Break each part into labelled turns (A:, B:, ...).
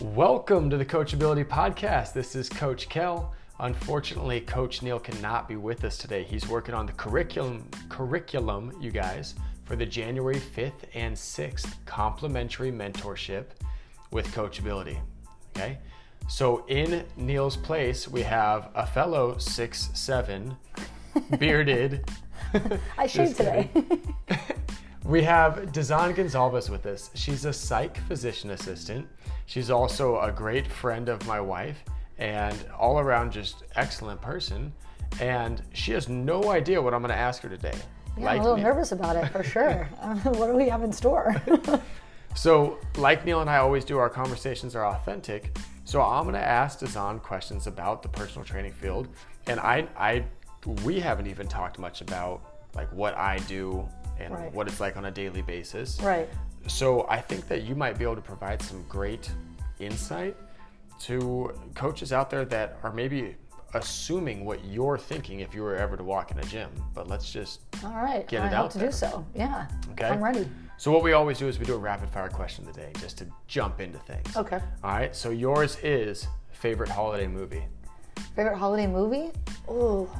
A: Welcome to the Coachability Podcast. This is Coach Kel. Unfortunately, Coach Neil cannot be with us today. He's working on the curriculum, curriculum, you guys, for the January 5th and 6th complimentary mentorship with Coachability. Okay? So in Neil's place, we have a fellow six seven, bearded.
B: I shaved
A: Just kidding.
B: today.
A: We have Dazan Gonzalez with us. She's a psych physician assistant. She's also a great friend of my wife and all around just excellent person. And she has no idea what I'm going to ask her today.
B: Yeah, I'm
A: Like
B: a little
A: me-
B: nervous about it for sure. Um, what do we have in store?
A: So, like Neil and I always do, our conversations are authentic. So, I'm going to ask Dazan questions about the personal training field, and I, I, we haven't even talked much about like what I do and
B: Right.
A: what it's like on a daily basis.
B: right.
A: So, I think that you might be able to provide some great insight to coaches out there that are maybe assuming what you're thinking if you were ever to walk in a gym. But let's just
B: All right.
A: Get
B: I
A: it
B: hope
A: out
B: to
A: there.
B: do so. Yeah.
A: Okay.
B: I'm ready.
A: So what we always do is we do a rapid fire question today, just to jump into things.
B: Okay.
A: All right. So yours is favorite holiday movie.
B: Favorite holiday movie? Ooh.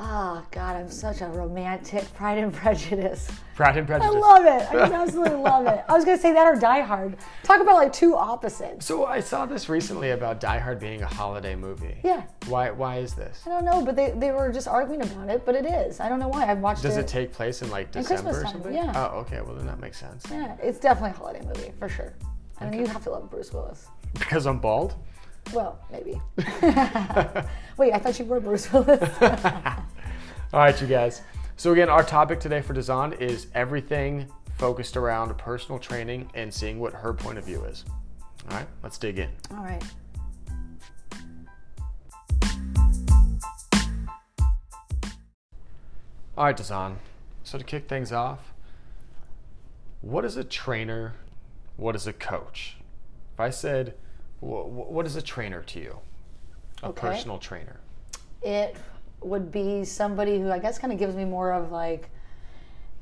B: Ah, God, I'm such a romantic Pride and Prejudice.
A: Pride and
B: I
A: Prejudice.
B: love it. I can absolutely love it. I was going to say that or Die Hard. Talk about like two opposites.
A: so I saw this recently about Die Hard being a holiday movie.
B: Yeah.
A: Why? Why is this?
B: I don't know, but they, they were just arguing about it, but it is. I don't know why. I've watched
A: Does it take place in like
B: Christmas
A: December or
B: time,
A: something?
B: yeah.
A: Oh, okay. Well, then that makes sense.
B: yeah, it's definitely a holiday movie for sure. I mean, you have to love Bruce Willis.
A: Because I'm bald.
B: Well, maybe. Wait, I thought you were Bruce Willis.
A: All right, you guys. So again, our topic today for Design is everything focused around personal training and seeing what her point of view is. All right, let's dig in.
B: All right.
A: All right, Dazan. So to kick things off, what is a trainer? What is a coach? If I said, wh- wh- what is a trainer to you? A
B: Okay.
A: personal trainer.
B: It would be somebody who I guess kind of gives me more of like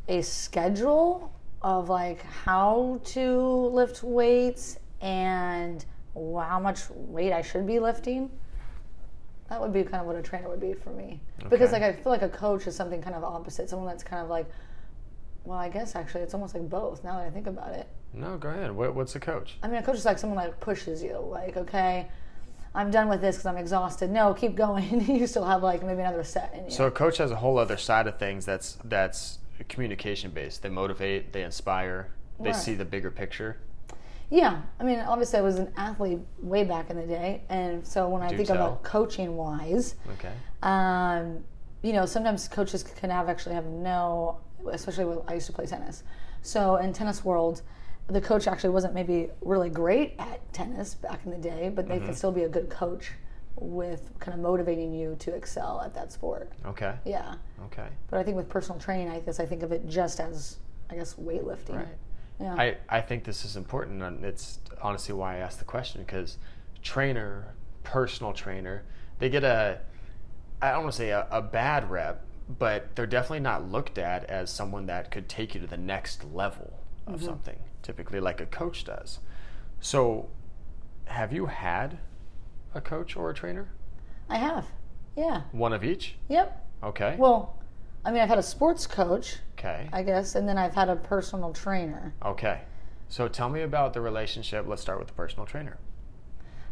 B: a schedule of like how to lift weights and how much weight I should be lifting. That would be kind of what a trainer would be for me.
A: Okay.
B: Because like I feel like a coach is something kind of opposite, someone that's kind of like well, I guess actually it's almost like both now that I think about it.
A: No, go ahead. What, what's a coach?
B: I mean, a coach is like someone like pushes you, like, okay, I'm done with this because I'm exhausted. No, keep going. you still have like maybe another set in you.
A: So a coach has a whole other side of things that's that's communication based. They motivate, they inspire, they
B: Right.
A: see the bigger picture.
B: yeah, I mean, obviously I was an athlete way back in the day, and so when I
A: Do
B: think
A: tell.
B: about coaching wise,
A: Okay.
B: um, you know, sometimes coaches can have actually have no, especially with I used to play tennis. So in tennis world, the coach actually wasn't maybe really great at tennis back in the day, but
A: Mm-hmm.
B: they can still be a good coach with kind of motivating you to excel at that sport.
A: Okay.
B: Yeah.
A: Okay.
B: But I think with personal training, I guess I think of it just as, I guess, weightlifting.
A: Right.
B: Yeah.
A: I, I think this is important, and it's honestly why I asked the question because trainer, personal trainer, they get a, I don't want to say a, a bad rep, but they're definitely not looked at as someone that could take you to the next level of something, typically like a coach does. So, have you had a coach or a trainer?
B: I have. Yeah.
A: One of each?
B: Yep.
A: Okay.
B: Well, I mean, I've had a sports coach,
A: okay.
B: I guess, and then I've had a personal trainer.
A: okay. So, tell me about the relationship. Let's start with the personal trainer.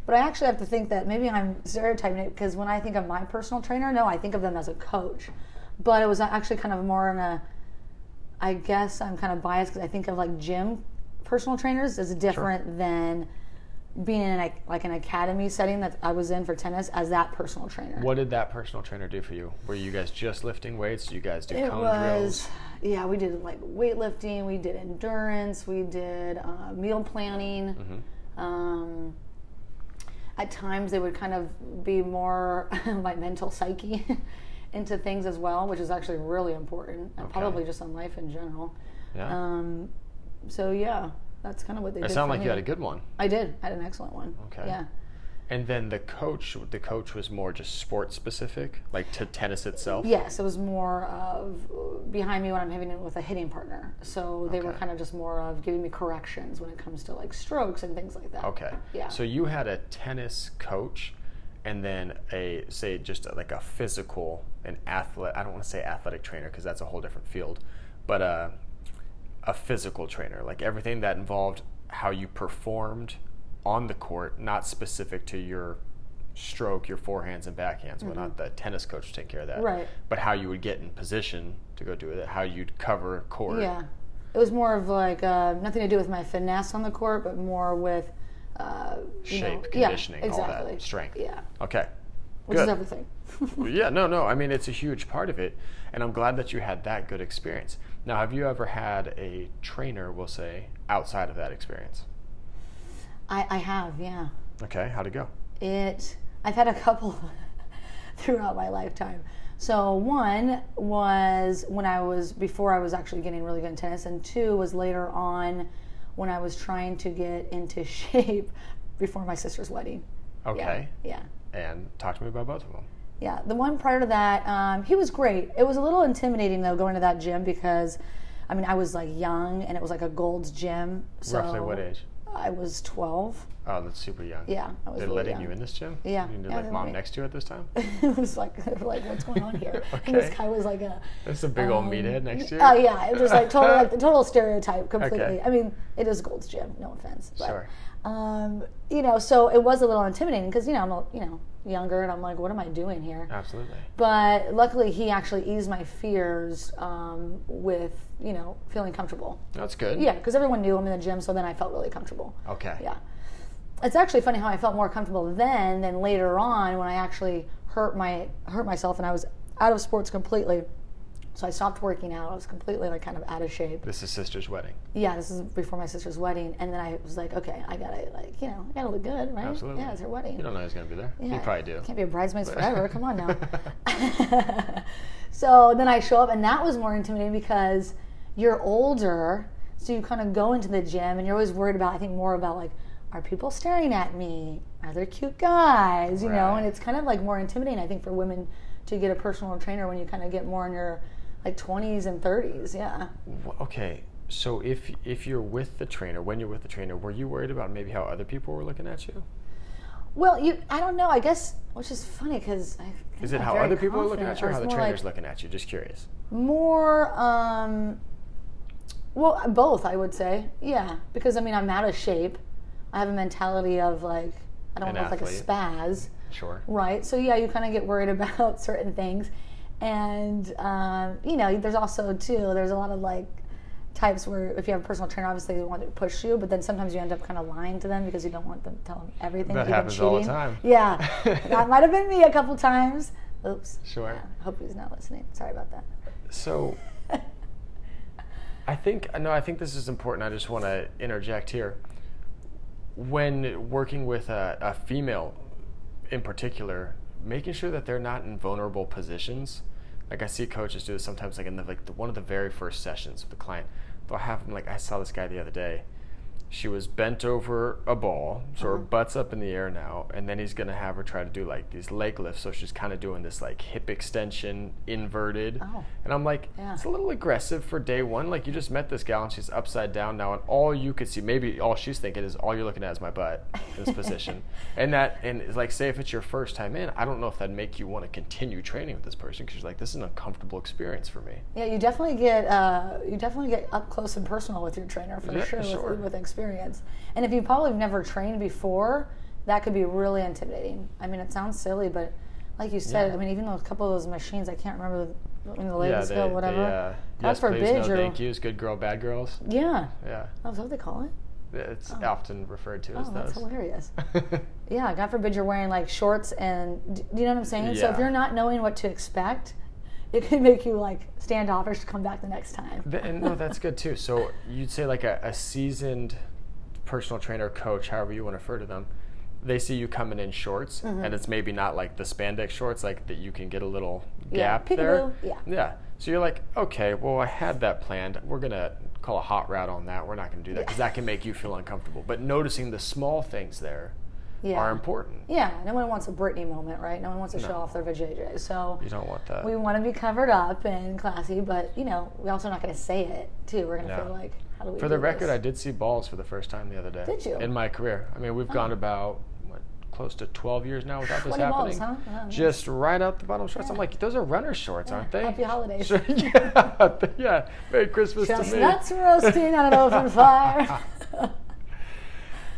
B: But I actually have to think that maybe I'm stereotyping it because when I think of my personal trainer, no, I think of them as a coach. But it was actually kind of more in a, I guess I'm kind of biased because I think of like gym personal trainers as different than being in a, like an academy setting that I was in for tennis as that personal trainer.
A: What did that personal trainer do for you? Were you guys just lifting weights? Do you guys do
B: It
A: cone
B: was,
A: drills?
B: yeah, we did like weightlifting, we did endurance, we did uh, meal planning.
A: Mm-hmm.
B: Um, at times, they would kind of be more my mental psyche into things as well, which is actually really important, and probably just on life in general.
A: Yeah.
B: Um, so yeah, that's kind of what they
A: it
B: did.
A: sounded
B: for
A: like
B: me.
A: you had a good one.
B: I did. I had an excellent one.
A: Okay.
B: Yeah.
A: And then the coach, the coach was more just sports specific, like to tennis itself.
B: Yes, it was more of behind me when I'm having it with a hitting partner. So they were
A: Okay.
B: kind of just more of giving me corrections when it comes to like strokes and things like that.
A: Okay.
B: Yeah.
A: So you had a tennis coach, and then a say just like a physical, an athlete. I don't want to say athletic trainer because that's a whole different field, but a a physical trainer, like everything that involved how you performed on the court, not specific to your stroke, your forehands and backhands, Well, not The tennis coach would take care of that,
B: Mm-hmm. Right.
A: But how you would get in position to go do it, how you'd cover court.
B: Yeah. It was more of like uh, nothing to do with my finesse on the court, but more with uh, you know-
A: Shape,
B: yeah,
A: conditioning, all that,
B: exactly.
A: strength.
B: Yeah,
A: Okay.
B: which
A: Good.
B: is everything.
A: yeah, no, no. I mean, it's a huge part of it, and I'm glad that you had that good experience. Now, have you ever had a trainer, we'll say, outside of that experience?
B: I, I have, yeah.
A: Okay, how'd it go?
B: It. I've had a couple throughout my lifetime. So one was when I was before I was actually getting really good in tennis, and two was later on when I was trying to get into shape before my sister's wedding. Yeah,
A: Okay,
B: yeah.
A: and talk to me about both of them.
B: Yeah, the one prior to that, um, he was great. It was a little intimidating though going to that gym because, I mean, I was like young and it was like a Gold's gym. So
A: Roughly what age?
B: I was twelve.
A: Oh, that's super young.
B: Yeah, I was.
A: They're
B: really
A: letting
B: young.
A: you in this gym?
B: Yeah,
A: You need
B: yeah,
A: like
B: they
A: mom
B: let me-
A: next to you at this time?
B: it was like, they were like, what's going on here? And this
A: Okay.
B: guy was like a.
A: There's a big old meathead next to you?
B: Oh yeah, it was like total like the total stereotype completely.
A: Okay.
B: I mean, it is Gold's Gym, no offense, but
A: Sure.
B: um, you know, so it was a little intimidating because you know I'm a, you know younger and I'm like, what am I doing here?
A: Absolutely.
B: But luckily, he actually eased my fears um, with you know feeling comfortable.
A: That's good.
B: Yeah, because everyone knew I'm in the gym, so then I felt really comfortable.
A: Okay.
B: Yeah. It's actually funny how I felt more comfortable then than later on when I actually hurt my hurt myself and I was out of sports completely. So I stopped working out. I was completely like kind of out of shape.
A: This is sister's wedding.
B: Yeah, this is before my sister's wedding, and then I was like, okay, I gotta like you know I gotta look good, right?
A: Absolutely.
B: Yeah, it's her wedding.
A: You don't know who's going to be there. You
B: Yeah,
A: probably do.
B: Can't be a bridesmaid forever. Come on now. so then I show up, and that was more intimidating because you're older, so you kind of go into the gym, and you're always worried about. I think more about like, are people staring at me? Are there cute guys? You know,
A: Right.
B: and it's kind of like more intimidating. I think for women to get a personal trainer when you kind of get more in your like 20s and 30s. Yeah.
A: Wh- Okay, so if if you're with the trainer, when you're with the trainer, were you worried about maybe how other people were looking at you?
B: Well, you. I don't know. I guess which is funny because
A: Is it how other people are looking at you or how the trainer's looking at you? Just curious.
B: More, um, well, both, I would say. Yeah, because I mean, I'm out of shape. I have a mentality of like, I don't
A: An
B: want to look like a
A: athlete.
B: spaz,
A: Sure.
B: right? So, yeah, you kind of get worried about certain things. And, um, you know, there's also, too, there's a lot of like types where if you have a personal trainer, obviously they want to push you, but then sometimes you end up kind of lying to them because you don't want them to tell them everything.
A: That
B: you've been
A: happens all the
B: cheating.
A: time.
B: Yeah. that might have been me a couple times. Oops.
A: Sure.
B: Yeah, hope he's not listening. Sorry about that.
A: So I think no, I think this is important. I just want to interject here. When working with a, a female, in particular, making sure that they're not in vulnerable positions. Like I see coaches do this sometimes, like in the like the, one of the very first sessions with the client, they'll have them like I saw this guy the other day. She was bent over a ball, so her butt's up in the air now, and then he's gonna have her try to do like these leg lifts. So she's kind of doing this like hip extension inverted,
B: Oh.
A: and I'm like,
B: Yeah.
A: it's a little aggressive for day one. Like you just met this gal and she's upside down now, and all you could see, maybe all she's thinking is all you're looking at is my butt in this position. And that, and it's like, say if it's your first time in, I don't know if that'd make you want to continue training with this person because you're like, this is an uncomfortable experience for me.
B: Yeah, you definitely get uh, you definitely get up close and personal with your trainer for
A: Yeah,
B: sure,
A: sure.
B: With, with experience. And if you probably have never trained before, that could be really intimidating. I mean, it sounds silly, but like you said,
A: Yeah.
B: I mean, even though a couple of those machines, I can't remember when the latest go, whatever.
A: uh,
B: God
A: yes, please, no,
B: forbid you're-
A: thank yous, good girl, bad girls.
B: yeah,
A: Yeah,
B: oh, is that what they call it?
A: it's often referred to as
B: Oh, that's
A: those.
B: hilarious. Yeah, God forbid you're wearing like shorts and d- do you know what I'm saying? So
A: Yeah.
B: if you're not knowing what to expect, it could make you like standoffish to come back the next time.
A: Th- and no, that's good too. So you'd say like a, a seasoned personal trainer, coach, however you want to refer to them, they see you coming in shorts,
B: Mm-hmm.
A: and it's maybe not like the spandex shorts, like that you can get a little
B: Yeah,
A: gap there.
B: peekaboo, yeah.
A: Yeah. So you're like, okay, well, I had that planned. We're gonna call a hot route on that. We're not gonna do that because that can make you feel uncomfortable. But noticing the small things there
B: Yeah.
A: are important.
B: Yeah, no one wants a Britney moment, right? No one wants to show off their vajayjay. So
A: You don't want that.
B: we want to be covered up and classy, but you know, we're also not going to say it too. We're going to
A: No.
B: feel like, how do we?
A: for the record, I did see balls for the first time the other day.
B: Did you? Oh.
A: In my career. I mean, we've gone about, what, close to 12 years now without this
B: 20 balls,
A: happening.
B: huh? Wow.
A: Just right out the bottom shorts. I'm like, those are runner shorts, aren't they?
B: Happy holidays.
A: Sure, yeah, yeah. Merry Christmas to me.
B: Chestnuts roasting on an open fire.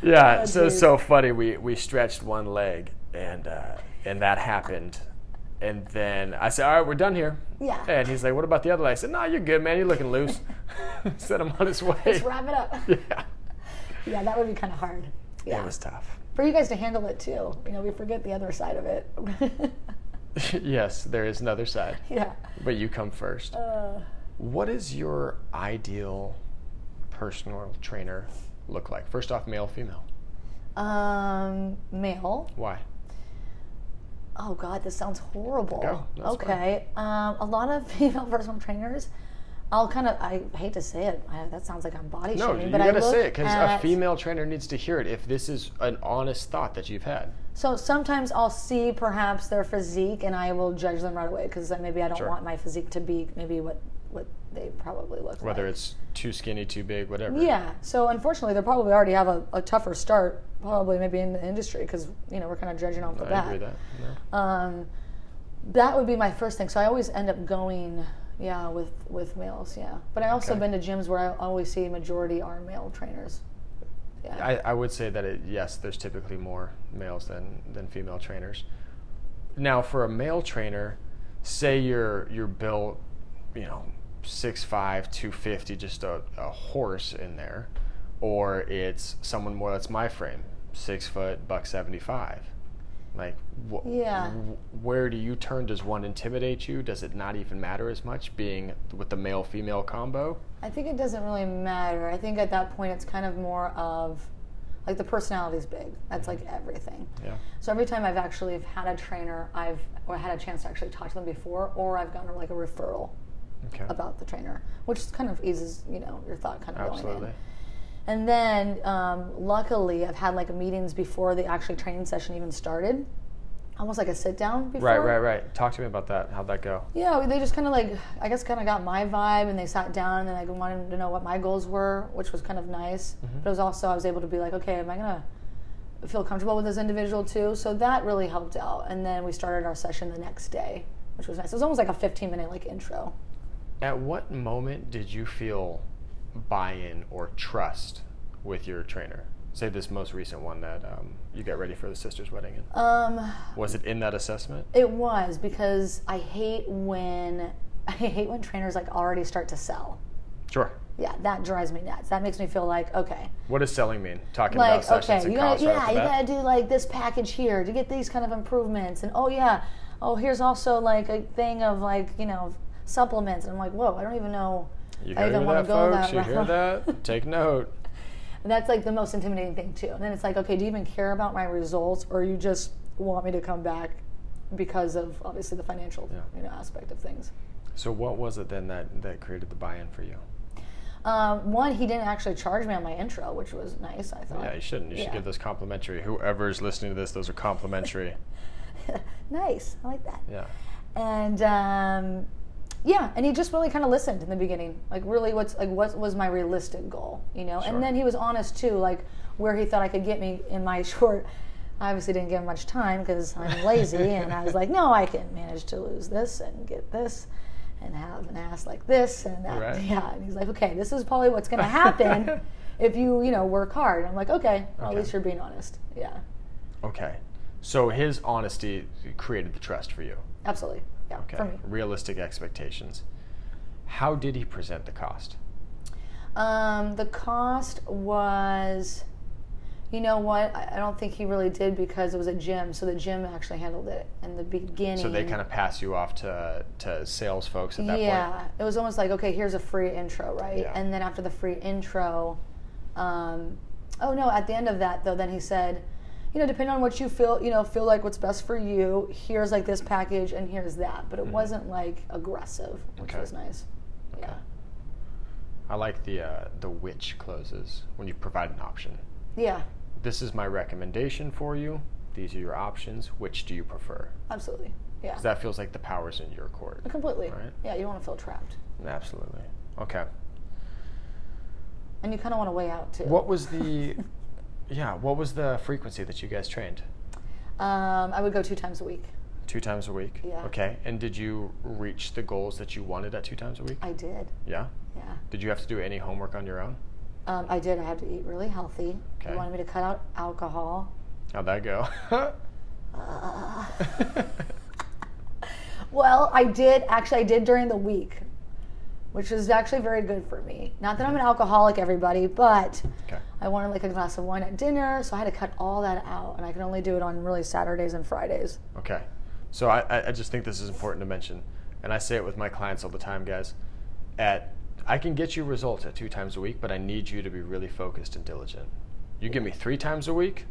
A: Yeah, so
B: Oh, geez.
A: so funny. We we stretched one leg, and uh, and that happened, and then I said, "All right, we're done here."
B: Yeah.
A: And he's like, "What about the other leg?" I said, "No, you're good, man. You're looking loose." Set him on his way.
B: Let's wrap it up.
A: Yeah.
B: Yeah, that would be kind of hard. Yeah.
A: It was tough.
B: For you guys to handle it too. You know, we forget the other side of it.
A: yes, there is another side,
B: yeah.
A: but you come first.
B: Uh,
A: What is your ideal personal trainer look like? First off, male, female.
B: um, male.
A: Why?
B: Oh God, this sounds horrible.
A: Go, that's
B: okay. Um, a lot of female personal trainers. I'll kind of. I hate to say it. I, that sounds like I'm body
A: No,
B: shaming,
A: you
B: but I
A: gotta
B: look
A: say it because a
B: at-
A: female trainer needs to hear it. If this is an honest thought that you've had.
B: So sometimes I'll see perhaps their physique, and I will judge them right away because maybe I don't
A: Sure.
B: want my physique to be maybe what what they probably look like.
A: whether it's too skinny, too big, whatever.
B: Yeah. So unfortunately, they probably already have a, a tougher start, probably maybe in the industry, because you know we're kind of judging off of
A: I
B: that.
A: agree with that. No.
B: Um, that would be my first thing. So I always end up going, yeah, with with males, yeah. But I also
A: Okay.
B: been to gyms where I always see majority are male trainers. Yeah.
A: I, I would say that it, yes, there's typically more males than than female trainers. Now, for a male trainer, say you're you're built, you know, 6'5", 250, just a, a horse in there, or it's someone more that's my frame, six foot, buck seventy five. Like, wh-
B: Yeah.
A: wh- where do you turn? Does one intimidate you? Does it not even matter as much being with the male female combo?
B: I think it doesn't really matter. I think at that point it's kind of more of like the personality's big. That's like everything.
A: Yeah.
B: So every time I've actually have had a trainer, I've or had a chance to actually talk to them before, or I've gotten like a referral
A: Okay.
B: about the trainer, which kind of eases you know your thought kind of going in.
A: Absolutely.
B: And then, um, luckily, I've had like meetings before the actually training session even started, almost like a sit down. Before.
A: Right, right, right. Talk to me about that. How'd that go?
B: Yeah, they just kind of like I guess kind of got my vibe, and they sat down and like wanted to know what my goals were, which was kind of nice.
A: Mm-hmm.
B: But it was also I was able to be like, okay, am I gonna feel comfortable with this individual too? So that really helped out. And then we started our session the next day, which was nice. It was almost like a 15 minute like intro.
A: At what moment did you feel buy-in or trust with your trainer? Say this most recent one that um, you got ready for the sister's wedding in.
B: Um,
A: Was it in that assessment?
B: It was because I hate when I hate when trainers like already start to sell.
A: Sure.
B: Yeah, that drives me nuts. That makes me feel like okay,
A: What does selling mean? Talking about
B: like
A: sessions
B: okay,
A: and
B: you
A: costs
B: gotta,
A: right
B: yeah,
A: off the
B: you
A: bat?
B: gotta do like this package here to get these kind of improvements, and oh yeah, oh here's also like a thing of like you know supplements, and I'm like whoa, I don't even know.
A: You
B: I
A: hear
B: even wanna
A: that,
B: go
A: folks?
B: that
A: you hear
B: route.
A: that? Take note.
B: And that's like the most intimidating thing too. And then it's like okay, do you even care about my results, or you just want me to come back because of obviously the financial
A: Yeah.
B: you know aspect of things.
A: So what was it then that, that created the buy-in for you?
B: Um, one, he didn't actually charge me on my intro, which was nice. I thought.
A: Yeah, you shouldn't. You should
B: Yeah.
A: give those complimentary. Whoever's listening to this, those are complimentary.
B: Nice. I like that.
A: yeah.
B: And um, yeah, and he just really kind of listened in the beginning, like really what's like what was my realistic goal, you know.
A: Sure.
B: And then he was honest too, like where he thought I could get me in my short. I obviously didn't give him much time because I'm lazy, and I was like, no, I can manage to lose this and get this. And have an ass like this, and that,
A: Right.
B: yeah. And he's like, okay, this is probably what's going to happen if you, you know, work hard. And I'm like, okay, well,
A: Okay.
B: at least you're being honest. Yeah,
A: Okay. So his honesty created the trust for you.
B: absolutely. Yeah,
A: Okay.
B: for me.
A: Realistic expectations. How did he present the cost?
B: Um, the cost was, you know what? I I don't think he really did because it was a gym, so the gym actually handled it in the beginning.
A: So they kind of pass you off to to sales folks at that
B: yeah,
A: point.
B: it was almost like okay, here's a free intro, right?
A: Yeah.
B: And then after the free intro, um, oh no, at the end of that though, then he said, you know, depending on what you feel, you know, feel like what's best for you. Here's like this package, and here's that. But it wasn't like aggressive, which
A: Mm-hmm. Okay.
B: was nice. Yeah.
A: I like the uh, the which closes when you provide an option.
B: Yeah.
A: this is my recommendation for you. These are your options. Which do you prefer?
B: Absolutely. Yeah.
A: 'Cause that feels like the power's in your court.
B: Completely.
A: All right.
B: Yeah, you don't want to feel trapped.
A: Absolutely. Okay.
B: And you kind of want to weigh out too.
A: What was the, yeah, what was the frequency that you guys trained?
B: Um, I would go two times a week.
A: Two times a week?
B: Yeah.
A: Okay. And did you reach the goals that you wanted at two times a week?
B: I did.
A: Yeah.
B: Yeah.
A: Did you have to do any homework on your own?
B: Um, I did. I had to eat really healthy. They
A: Okay.
B: wanted me to cut out alcohol.
A: How'd that go?
B: Uh, well, I did actually. I did during the week, which was actually very good for me. Not that I'm an alcoholic, everybody, but
A: okay.
B: I wanted like a glass of wine at dinner, so I had to cut all that out, and I could only do it on really Saturdays and Fridays.
A: Okay. So I, I- I just think this is important to mention, and I say it with my clients all the time, guys. At I can get you results at two times a week, but I need you to be really focused and diligent. You give me three times a week,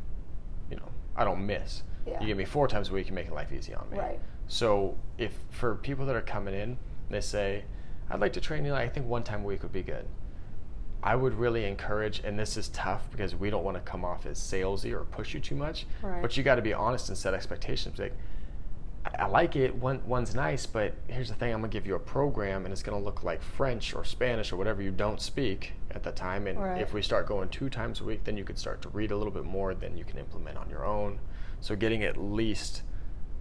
A: you know, I don't miss.
B: Yeah.
A: You give me four times a week, you're making life easy on me.
B: Right.
A: So if for people that are coming in, they say, I'd like to train you, I think one time a week would be good. I would really encourage, and this is tough because we don't want to come off as salesy or push you too much.
B: Right.
A: But you got to be honest and set expectations. Like, I- I like it. One one's nice, but here's the thing: I'm gonna give you a program, and it's gonna look like French or Spanish or whatever you don't speak at the time. And
B: Right.
A: if we start going two times a week, then you could start to read a little bit more than you can implement on your own. So getting at least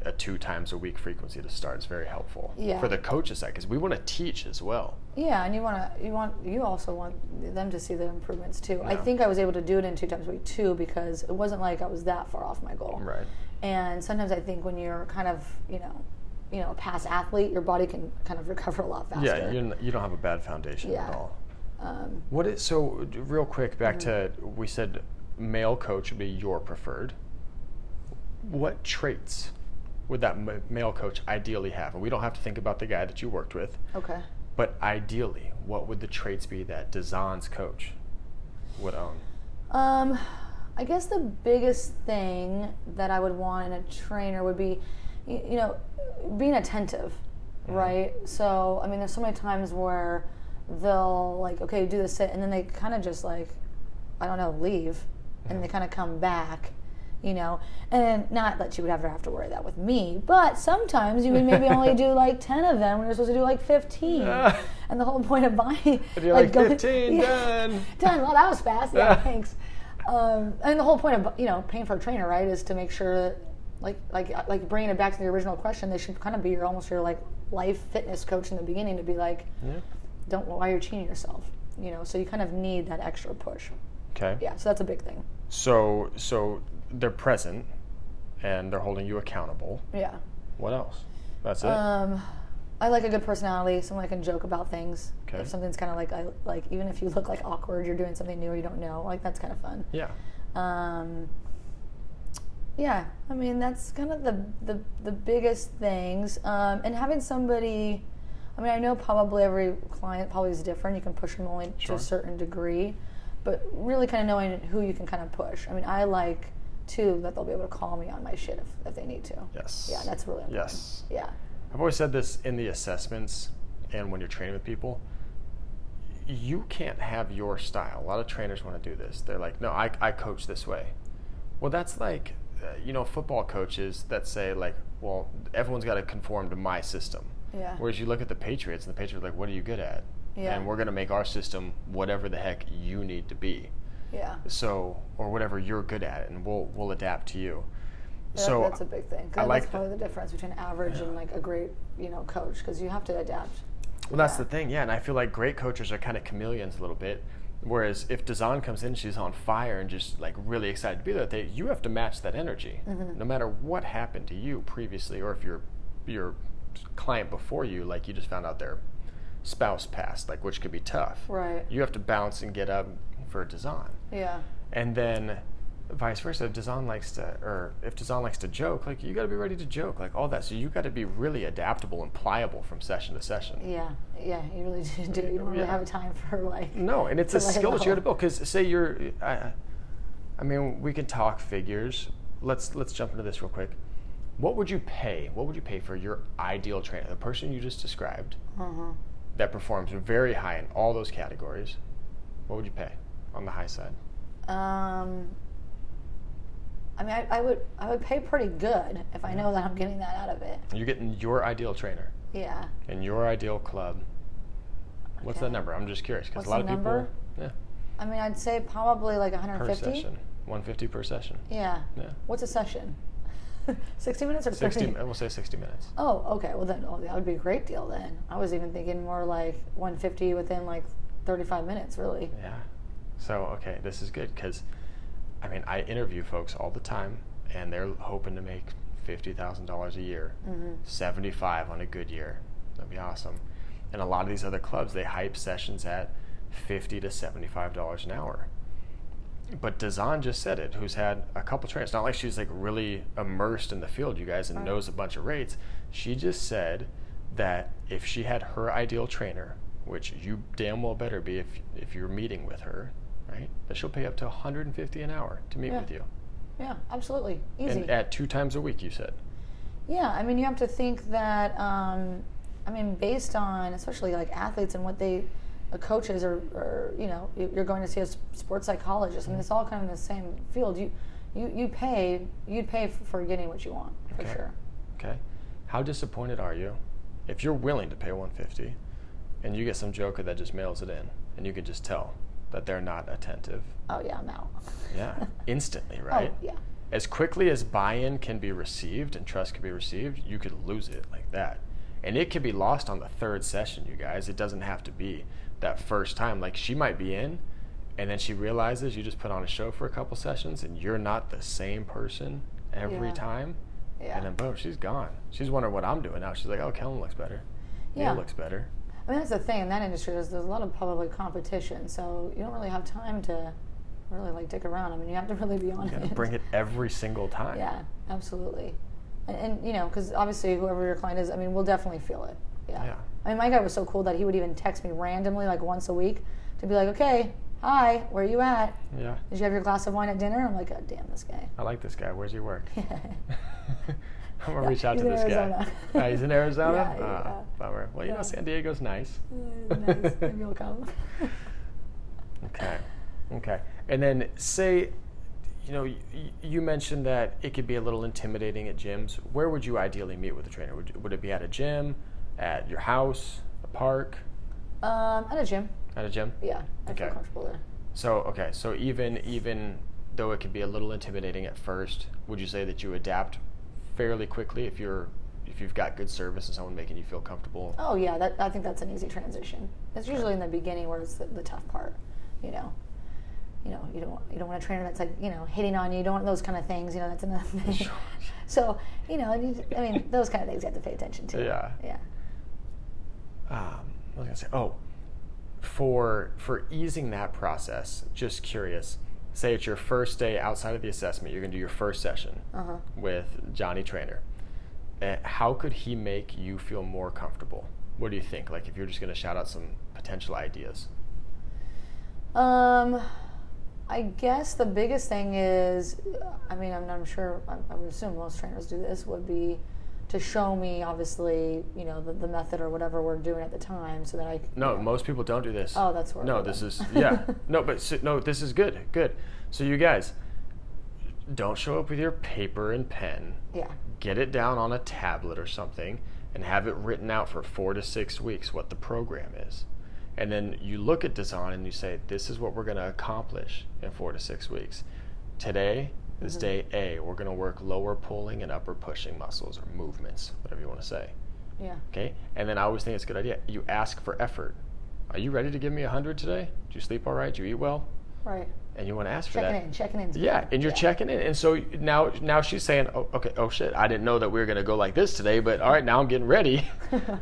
A: a two times a week frequency to start is very helpful
B: Yeah.
A: for the coaches side because we want to teach as well.
B: Yeah, and you want to you want you also want them to see the improvements too. I
A: Yeah.
B: think I was able to do it in two times a week too because it wasn't like I was that far off my goal.
A: Right.
B: And sometimes I think when you're kind of you know, you know, a past athlete, your body can kind of recover a lot faster.
A: Yeah, you're, n- you don't have a bad foundation at
B: Yeah.
A: all.
B: Um, Mm.
A: What is so d- real quick back to we said male coach would be your preferred. What traits would that m- male coach ideally have? And we don't have to think about the guy that you worked with,
B: okay.
A: but ideally, what would the traits be that Dazan's coach would own?
B: Um, I guess the biggest thing that I would want in a trainer would be, y- you know, being attentive,
A: Mm-hmm.
B: right? So I mean, there's so many times where they'll like, okay, do this sit, and then they kind of just like, I don't know, leave, and
A: Mm-hmm.
B: they kind of come back. You know, and not that you would ever have to worry that with me, but sometimes you would maybe only do like ten of them when you're supposed to do like fifteen. and the whole point of buying,
A: And you're like,
B: going-
A: 15,
B: Yeah.
A: done.
B: Done. Well, that was fast. Yeah,
A: Yeah.
B: thanks. Um, and the whole point of you know paying for a trainer, right, is to make sure that, like like like bringing it back to the original question, they should kind of be your almost your like life fitness coach in the beginning to be like,
A: Yeah.
B: don't why you're cheating yourself, you know. So you kind of need that extra push.
A: Okay.
B: Yeah. So that's a big thing.
A: So so they're present and they're holding you accountable.
B: Yeah.
A: What else? That's it.
B: Um, I like a good personality, someone I can joke about things.
A: Okay.
B: If something's kind of like I like, even if you look like awkward, you're doing something new or you don't know, like that's kind of fun.
A: yeah.
B: Um, yeah, I mean that's kind of the the, the biggest things, um, and having somebody. I mean, I know probably every client probably is different. You can push them only to
A: Sure.
B: a certain degree, but really kind of knowing who you can kind of push. I mean, I like too that they'll be able to call me on my shit if, if they need to.
A: Yes.
B: Yeah, that's really important.
A: Yes.
B: Yeah.
A: I've always said this in the assessments and when you're training with people. You can't have your style. A lot of trainers want to do this. They're like, no, I, I coach this way. Well, that's like, uh, you know, football coaches that say, like, well, everyone's got to conform to my system.
B: Yeah.
A: Whereas you look at the Patriots, and the Patriots are like, what are you good at?
B: Yeah.
A: And we're going to make our system whatever the heck you need to be
B: Yeah.
A: so or whatever you're good at and we'll we'll adapt to you
B: That-
A: so
B: that's a big thing. 'cause
A: I like
B: that's probably the difference between average and like a great, you know, coach because you have to adapt.
A: well that's
B: yeah.
A: the thing yeah and i feel like great coaches are kind of chameleons a little bit whereas if Dazan comes in she's on fire and just like really excited to be there they, you have to match that energy
B: Mm-hmm.
A: no matter what happened to you previously or if your your client before you like you just found out their spouse passed like which could be tough
B: Right.
A: you have to bounce and get up for Dazan.
B: Yeah.
A: and then vice versa if Dazan likes to or if Dazan likes to joke like you got to be ready to joke like all that so you got to be really adaptable and pliable from session to session
B: Yeah, yeah, you really do. do. You don't really
A: Yeah.
B: have time for like.
A: no and it's
B: To
A: a
B: let it
A: skill that you got to
B: go.
A: build because say you're I, I mean we can talk figures let's let's jump into this real quick what would you pay what would you pay for your ideal trainer the person you just described that performs very high in all those categories what would you pay on the high side
B: Um, I mean, I, I would I would pay pretty good if I know that I'm getting that out of it.
A: You're getting your ideal trainer
B: Yeah.
A: and your ideal club. What's
B: Okay.
A: that number? I'm just curious because
B: What's
A: a lot of
B: the
A: people.
B: number?
A: Yeah,
B: I mean, I'd say probably like
A: per
B: 150.
A: session, 150 per session.
B: Yeah.
A: Yeah,
B: What's a session? 60 minutes or 30?
A: 60. We'll say 60 minutes.
B: Oh, okay. Well, then oh, that would be a great deal then. I was even thinking more like 150 within like 35 minutes, really.
A: Yeah. So okay, this is good because, I mean, I interview folks all the time, and they're hoping to make fifty thousand dollars a year,
B: Mm-hmm.
A: seventy-five on a good year. That'd be awesome. And a lot of these other clubs, they hype sessions at fifty to seventy-five dollars an hour. But Dazan just said it, who's had a couple trainers. Not like she's like really immersed in the field, you guys, and knows a bunch of rates. She just said that if she had her ideal trainer, which you damn well better be if if you're meeting with her, right? That she'll pay up to 150 an hour to meet
B: Yeah.
A: with you,
B: Yeah, absolutely. Easy.
A: and at two times a week. You said,
B: Yeah, I mean, you have to think that. Um, I mean, based on especially like athletes and what they, uh, coaches or, or you know, you- you're going to see a s- sports psychologist. I mean, it's all kind of the same field. You, you, you pay, you'd pay f- for getting what you want for
A: Okay.
B: sure.
A: okay, how disappointed are you if you're willing to pay 150, and you get some joker that just mails it in, and you could just tell that they're not attentive.
B: Oh yeah, I'm out.
A: Yeah, instantly, right?
B: Oh yeah.
A: as quickly as buy-in can be received and trust can be received, you could lose it like that. And it can be lost on the third session, you guys. It doesn't have to be that first time. Like she might be in and then she realizes you just put on a show for a couple sessions and you're not the same person every
B: Yeah.
A: time.
B: Yeah.
A: And then boom, she's gone. She's wondering what I'm doing now. She's like, Oh, Kellen looks better.
B: Yeah.
A: Neil looks better.
B: I mean, that's the thing in that industry. There's, there's a lot of public competition, so you don't really have time to really like dick around. I mean, you have to really be on
A: You
B: it.
A: gotta bring it every single time.
B: Yeah, absolutely. And, and you know, because obviously, whoever your client is, I mean, we'll definitely feel it. Yeah.
A: Yeah.
B: I mean, my guy was so cool that he would even text me randomly, like once a week, to be like, "Okay, hi, where you at?
A: Yeah.
B: Did you have your glass of wine at dinner?" I'm like, "God damn, this guy."
A: I like this guy. Where's he work? I'm gonna
B: Yeah,
A: reach out
B: he's
A: to
B: in
A: this
B: Arizona.
A: guy. Uh, he's in Arizona.
B: Yeah,
A: Ah,
B: yeah.
A: bummer. Well, you know,
B: Yeah.
A: San Diego's nice.
B: nice. Maybe you'll come.
A: Okay. Okay. And then say, you know, y- y- you mentioned that it could be a little intimidating at gyms. Where would you ideally meet with a trainer? Would, would it be at a gym, at your house, a park,
B: um, at a gym.
A: at a gym?
B: Yeah, I feel
A: Okay.
B: comfortable there.
A: So okay, so even even though it could be a little intimidating at first, would you say that you adapt fairly quickly if you're if you've got good service and someone making you feel comfortable?
B: Oh yeah, that, I think that's an easy transition. It's usually in the beginning where it's the, the tough part, you know. You know, you don't want, you don't want a trainer that's like you know hitting on you. You don't want those kind of things. You know, that's another thing.
A: Sure.
B: so you know, and you, I mean, those kind of things you have to pay attention to.
A: Yeah.
B: Oh, Yeah.
A: um, I was gonna say, oh, for for easing that process, just curious. Say it's your first day outside of the assessment. You're gonna do your first session
B: Uh huh.
A: with Johnny Trainer. Uh, how could he make you feel more comfortable? What do you think? Like, if you're just gonna shout out some potential ideas.
B: Um, I guess the biggest thing is, I mean, I'm, I'm sure, I, I would assume most trainers do this, would be to show me, obviously, you know, the, the method or whatever we're doing at the time so that I.
A: No, most people don't do this.
B: Oh, that's horrible
A: No,
B: then.
A: this is yeah. no, but so, no, this is good. Good. So you guys, don't show up with your paper and pen.
B: Yeah.
A: get it down on a tablet or something and have it written out for four to six weeks what the program is. And then you look at design and you say, this is what we're going to accomplish in four to six weeks. Today is day A. We're going to work lower pulling and upper pushing muscles or movements, whatever you want to say.
B: Yeah.
A: Okay. And then I always think it's a good idea. You ask for effort. Are you ready to give me a 100 today? Do you sleep all right? Do you eat well?
B: Right.
A: And you want to ask for that.
B: Checking in. Checking in.
A: Yeah, and you're checking in, and so now now she's saying, oh, "Okay, oh shit, I didn't know that we were gonna go like this today, but all right, now I'm getting ready,"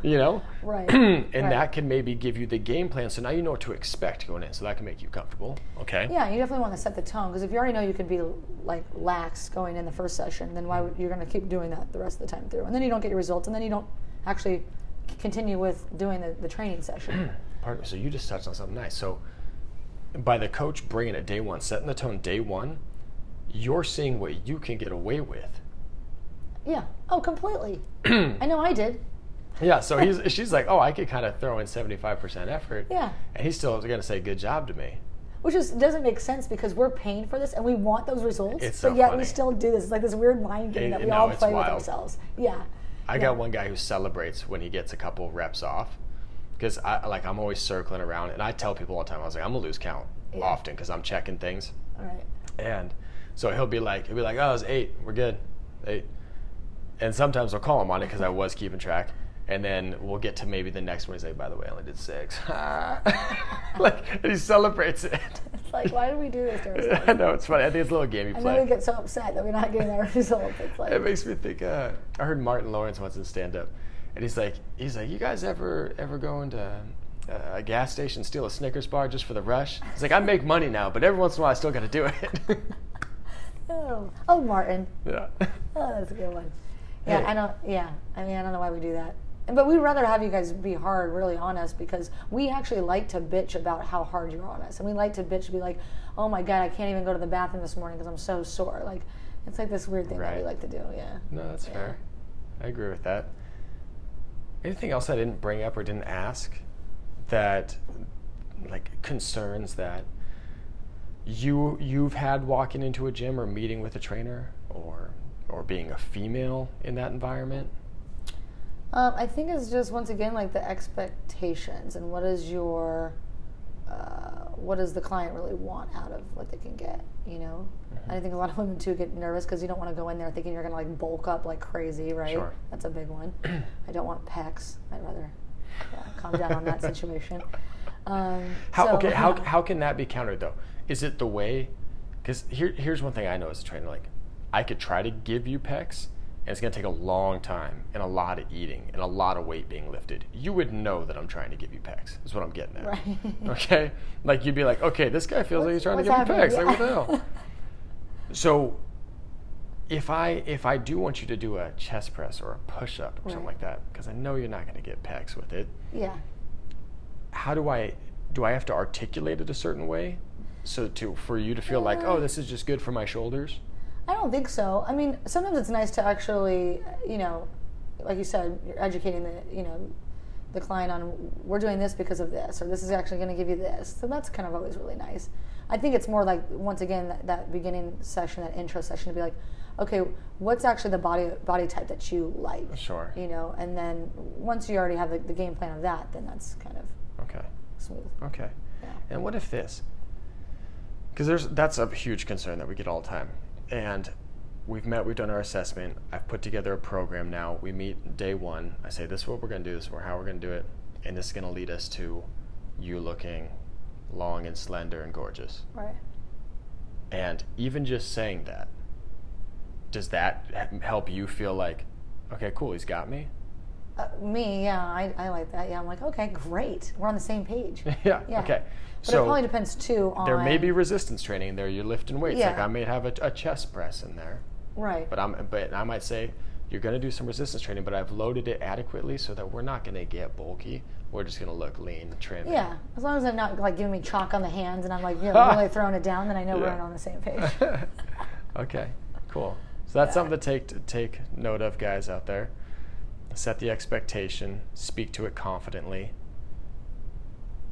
A: you know,
B: Right.
A: and
B: Right.
A: that can maybe give you the game plan. So now you know what to expect going in, so that can make you comfortable. Okay.
B: Yeah, you definitely want to set the tone because if you already know you could be like lax going in the first session, then why would you're going to keep doing that the rest of the time through, and then you don't get your results, and then you don't actually c- continue with doing the, the training session.
A: Pardon me. So you just touched on something nice. So by the coach bringing it day one, setting the tone day one, you're seeing what you can get away with.
B: yeah. Oh, completely. I know I did.
A: Yeah. So he's she's like, "Oh, I could kind of throw in seventy five percent effort,"
B: Yeah.
A: and he's still gonna say, "Good job" to me.
B: which is doesn't make sense because we're paying for this and we want those results,
A: It's so
B: but yet
A: funny.
B: we still do this. It's like this weird mind game
A: It-
B: that we
A: no,
B: all
A: it's
B: play with
A: wild.
B: ourselves. Yeah,
A: I got one guy who celebrates when he gets a couple reps off because I like I'm always circling around and I tell people all the time I was like I'm gonna lose count often often because I'm checking things
B: all right.
A: and so he'll be like he'll be like oh it was eight we're good eight and sometimes I'll call him on it because I was keeping track and then we'll get to maybe the next one he's like by the way I only did six like and he celebrates it
B: It's like why do we do this to ourselves?
A: I know it's funny I think it's a little game you
B: And
A: play
B: then we get so upset that we're not getting our results. It's like
A: it makes me think. Uh, I heard Martin Lawrence once in stand up, and he's like, he's like, you guys ever ever go into uh, a a gas station steal a Snickers bar just for the rush? He's like, I make money now, but every once in a while I still got to do it.
B: oh, oh, Martin.
A: yeah.
B: Oh, that's a good one. Yeah,
A: Hey.
B: I don't. Yeah, I mean, I don't know why we do that. But we'd rather have you guys be hard, really on us, because we actually like to bitch about how hard you're on us, and we like to bitch, be like, "Oh my god, I can't even go to the bathroom this morning because I'm so sore." Like, it's like this weird thing that we
A: Right.
B: like to do. Yeah.
A: No, that's fair. I agree with that. Anything else I didn't bring up or didn't ask that like concerns that you you've had walking into a gym or meeting with a trainer or or being a female in that environment?
B: Um, I think it's just once again like the expectations and what is your, uh, what does the client really want out of what they can get? You know,
A: Mm-hmm.
B: And I think a lot of women too get nervous because you don't want to go in there thinking you're going to like bulk up like crazy, right?
A: Sure.
B: That's a big one. I don't want pecs. I'd rather yeah, calm down on that situation. Um,
A: How,
B: so-
A: okay, how, how can that be countered though? Is it the way? Because here, here's one thing I know as a trainer: like, I could try to give you pecs, and it's gonna take a long time and a lot of eating and a lot of weight being lifted. You would know that I'm trying to give you pecs. Is what I'm getting at.
B: Right.
A: Okay, like you'd be like, okay, this guy feels like he's trying to
B: What's
A: give me
B: happening?
A: pecs. Like, what the
B: Yeah.
A: hell? So, if I if I do want you to do a chest press or a push up or something
B: Right.
A: like that, because I know you're not gonna get pecs with it,
B: yeah.
A: how do I do I have to articulate it a certain way so to for you to feel like oh this is just good for my shoulders?
B: I don't think so. I mean, sometimes it's nice to actually, you know, like you said, you're educating the, you know, the client on we're doing this because of this, or this is actually going to give you this. So that's kind of always really nice. I think it's more like once again that, that beginning session, that intro session, to be like, okay, what's actually the body body type that you like,
A: Sure.
B: you know, and then once you already have the, the game plan of that, then that's kind of
A: Okay.
B: smooth.
A: Okay.
B: Yeah.
A: And what if this? Because there's that's a huge concern that we get all the time, and we've met, we've done our assessment. I've put together a program now. We meet day one. I say this is what we're going to do. This is how we're going to do it, and this is going to lead us to you looking long and slender and gorgeous.
B: Right.
A: And even just saying that, does that h- help you feel like, okay, cool, he's got me?
B: Uh, me, yeah, I, I like that. Yeah, I'm like, okay, great, we're on the same page.
A: yeah.
B: Yeah.
A: Okay.
B: But it probably
A: so
B: depends too on
A: there may be resistance training in there. You're lifting weights. Like
B: Yeah.
A: I may have a, a chest press in there,
B: right.
A: but I'm but I might say you're going to do some resistance training, but I've loaded it adequately so that we're not going to get bulky. We're just going to look lean, trim. and-
B: Yeah, as long as I'm not like giving me chalk on the hands and I'm like you know, really throwing it down, then I know
A: Yeah.
B: we're on the same page.
A: okay, cool. So that's something to take to take note of, guys out there. Set the expectation, speak to it confidently.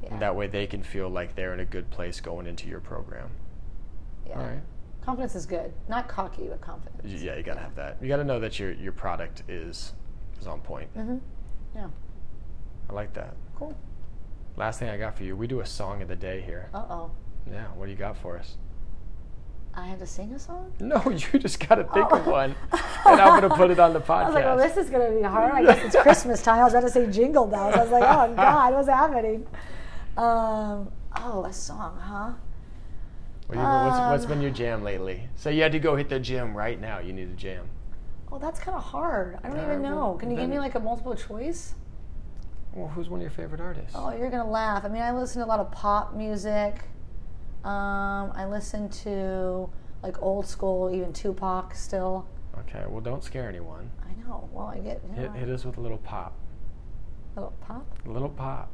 B: Yeah.
A: That way, they can feel like they're in a good place going into your program.
B: yeah.
A: All right.
B: Confidence is good, not cocky, but confidence.
A: Y- Yeah, you gotta have that. You gotta know that your your product is is on point.
B: Mm-hmm. Yeah.
A: I like that.
B: Cool.
A: Last thing I got for you, we do a song of the day here.
B: Uh oh,
A: Yeah, what do you got for us?
B: I had to sing a song.
A: No, you just gotta think of
B: Oh.
A: one, and I'm gonna put it on the podcast.
B: I was like, well, this is gonna be hard. I guess it's Christmas time. I was about to say Jingle Bells. I was like, oh God, what's happening? Um, oh, a song, huh?
A: What do you- what's, what's
B: Um,
A: been your jam lately? So you had to go hit the gym right now. You need a jam.
B: Oh, that's kind of hard. I don't
A: All
B: even
A: right,
B: know.
A: Uh, well,
B: Can you give
A: then-
B: me like a multiple choice?
A: Well, who's one of your favorite artists?
B: Oh, you're gonna laugh. I mean, I listen to a lot of pop music. Um, I listen to like old school, even Tupac still.
A: Okay, well, don't scare anyone.
B: I know. Well, I get you
A: Hit,
B: know,
A: hit us with a little pop.
B: little pop.
A: A little pop.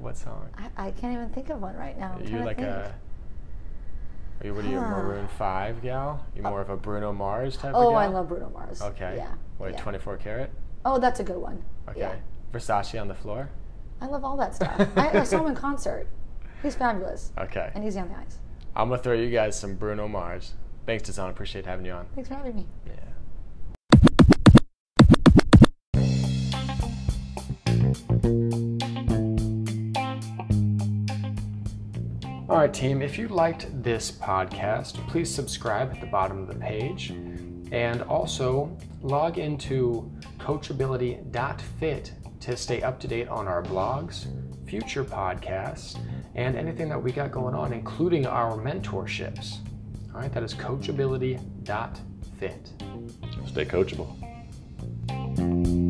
A: What song?
B: I, I can't even think of one right now. I'm
A: You're
B: trying
A: like
B: to think.
A: a. Are you, what are you, a
B: Huh. Uh,
A: Maroon 5 gal? You're more of a Bruno Mars type
B: Oh,
A: of gal?
B: I love Bruno Mars.
A: Okay.
B: Yeah.
A: Wait,
B: yeah.
A: 24 karat?
B: Oh, that's a good one.
A: Okay.
B: Yeah.
A: Versace on the floor?
B: I love all that stuff. I, I saw him in concert. He's fabulous,
A: Okay.
B: and easy on the eyes.
A: I'm going to throw you guys some Bruno Mars. Thanks, Tazan. Appreciate having you on.
B: Thanks for having me.
A: Yeah. All right, team, if you liked this podcast, please subscribe at the bottom of the page and also log into coachability.fit to stay up to date on our blogs, future podcasts, and anything that we got going on, including our mentorships. All right, that is coachability.fit.
C: Stay coachable.
A: Thank you.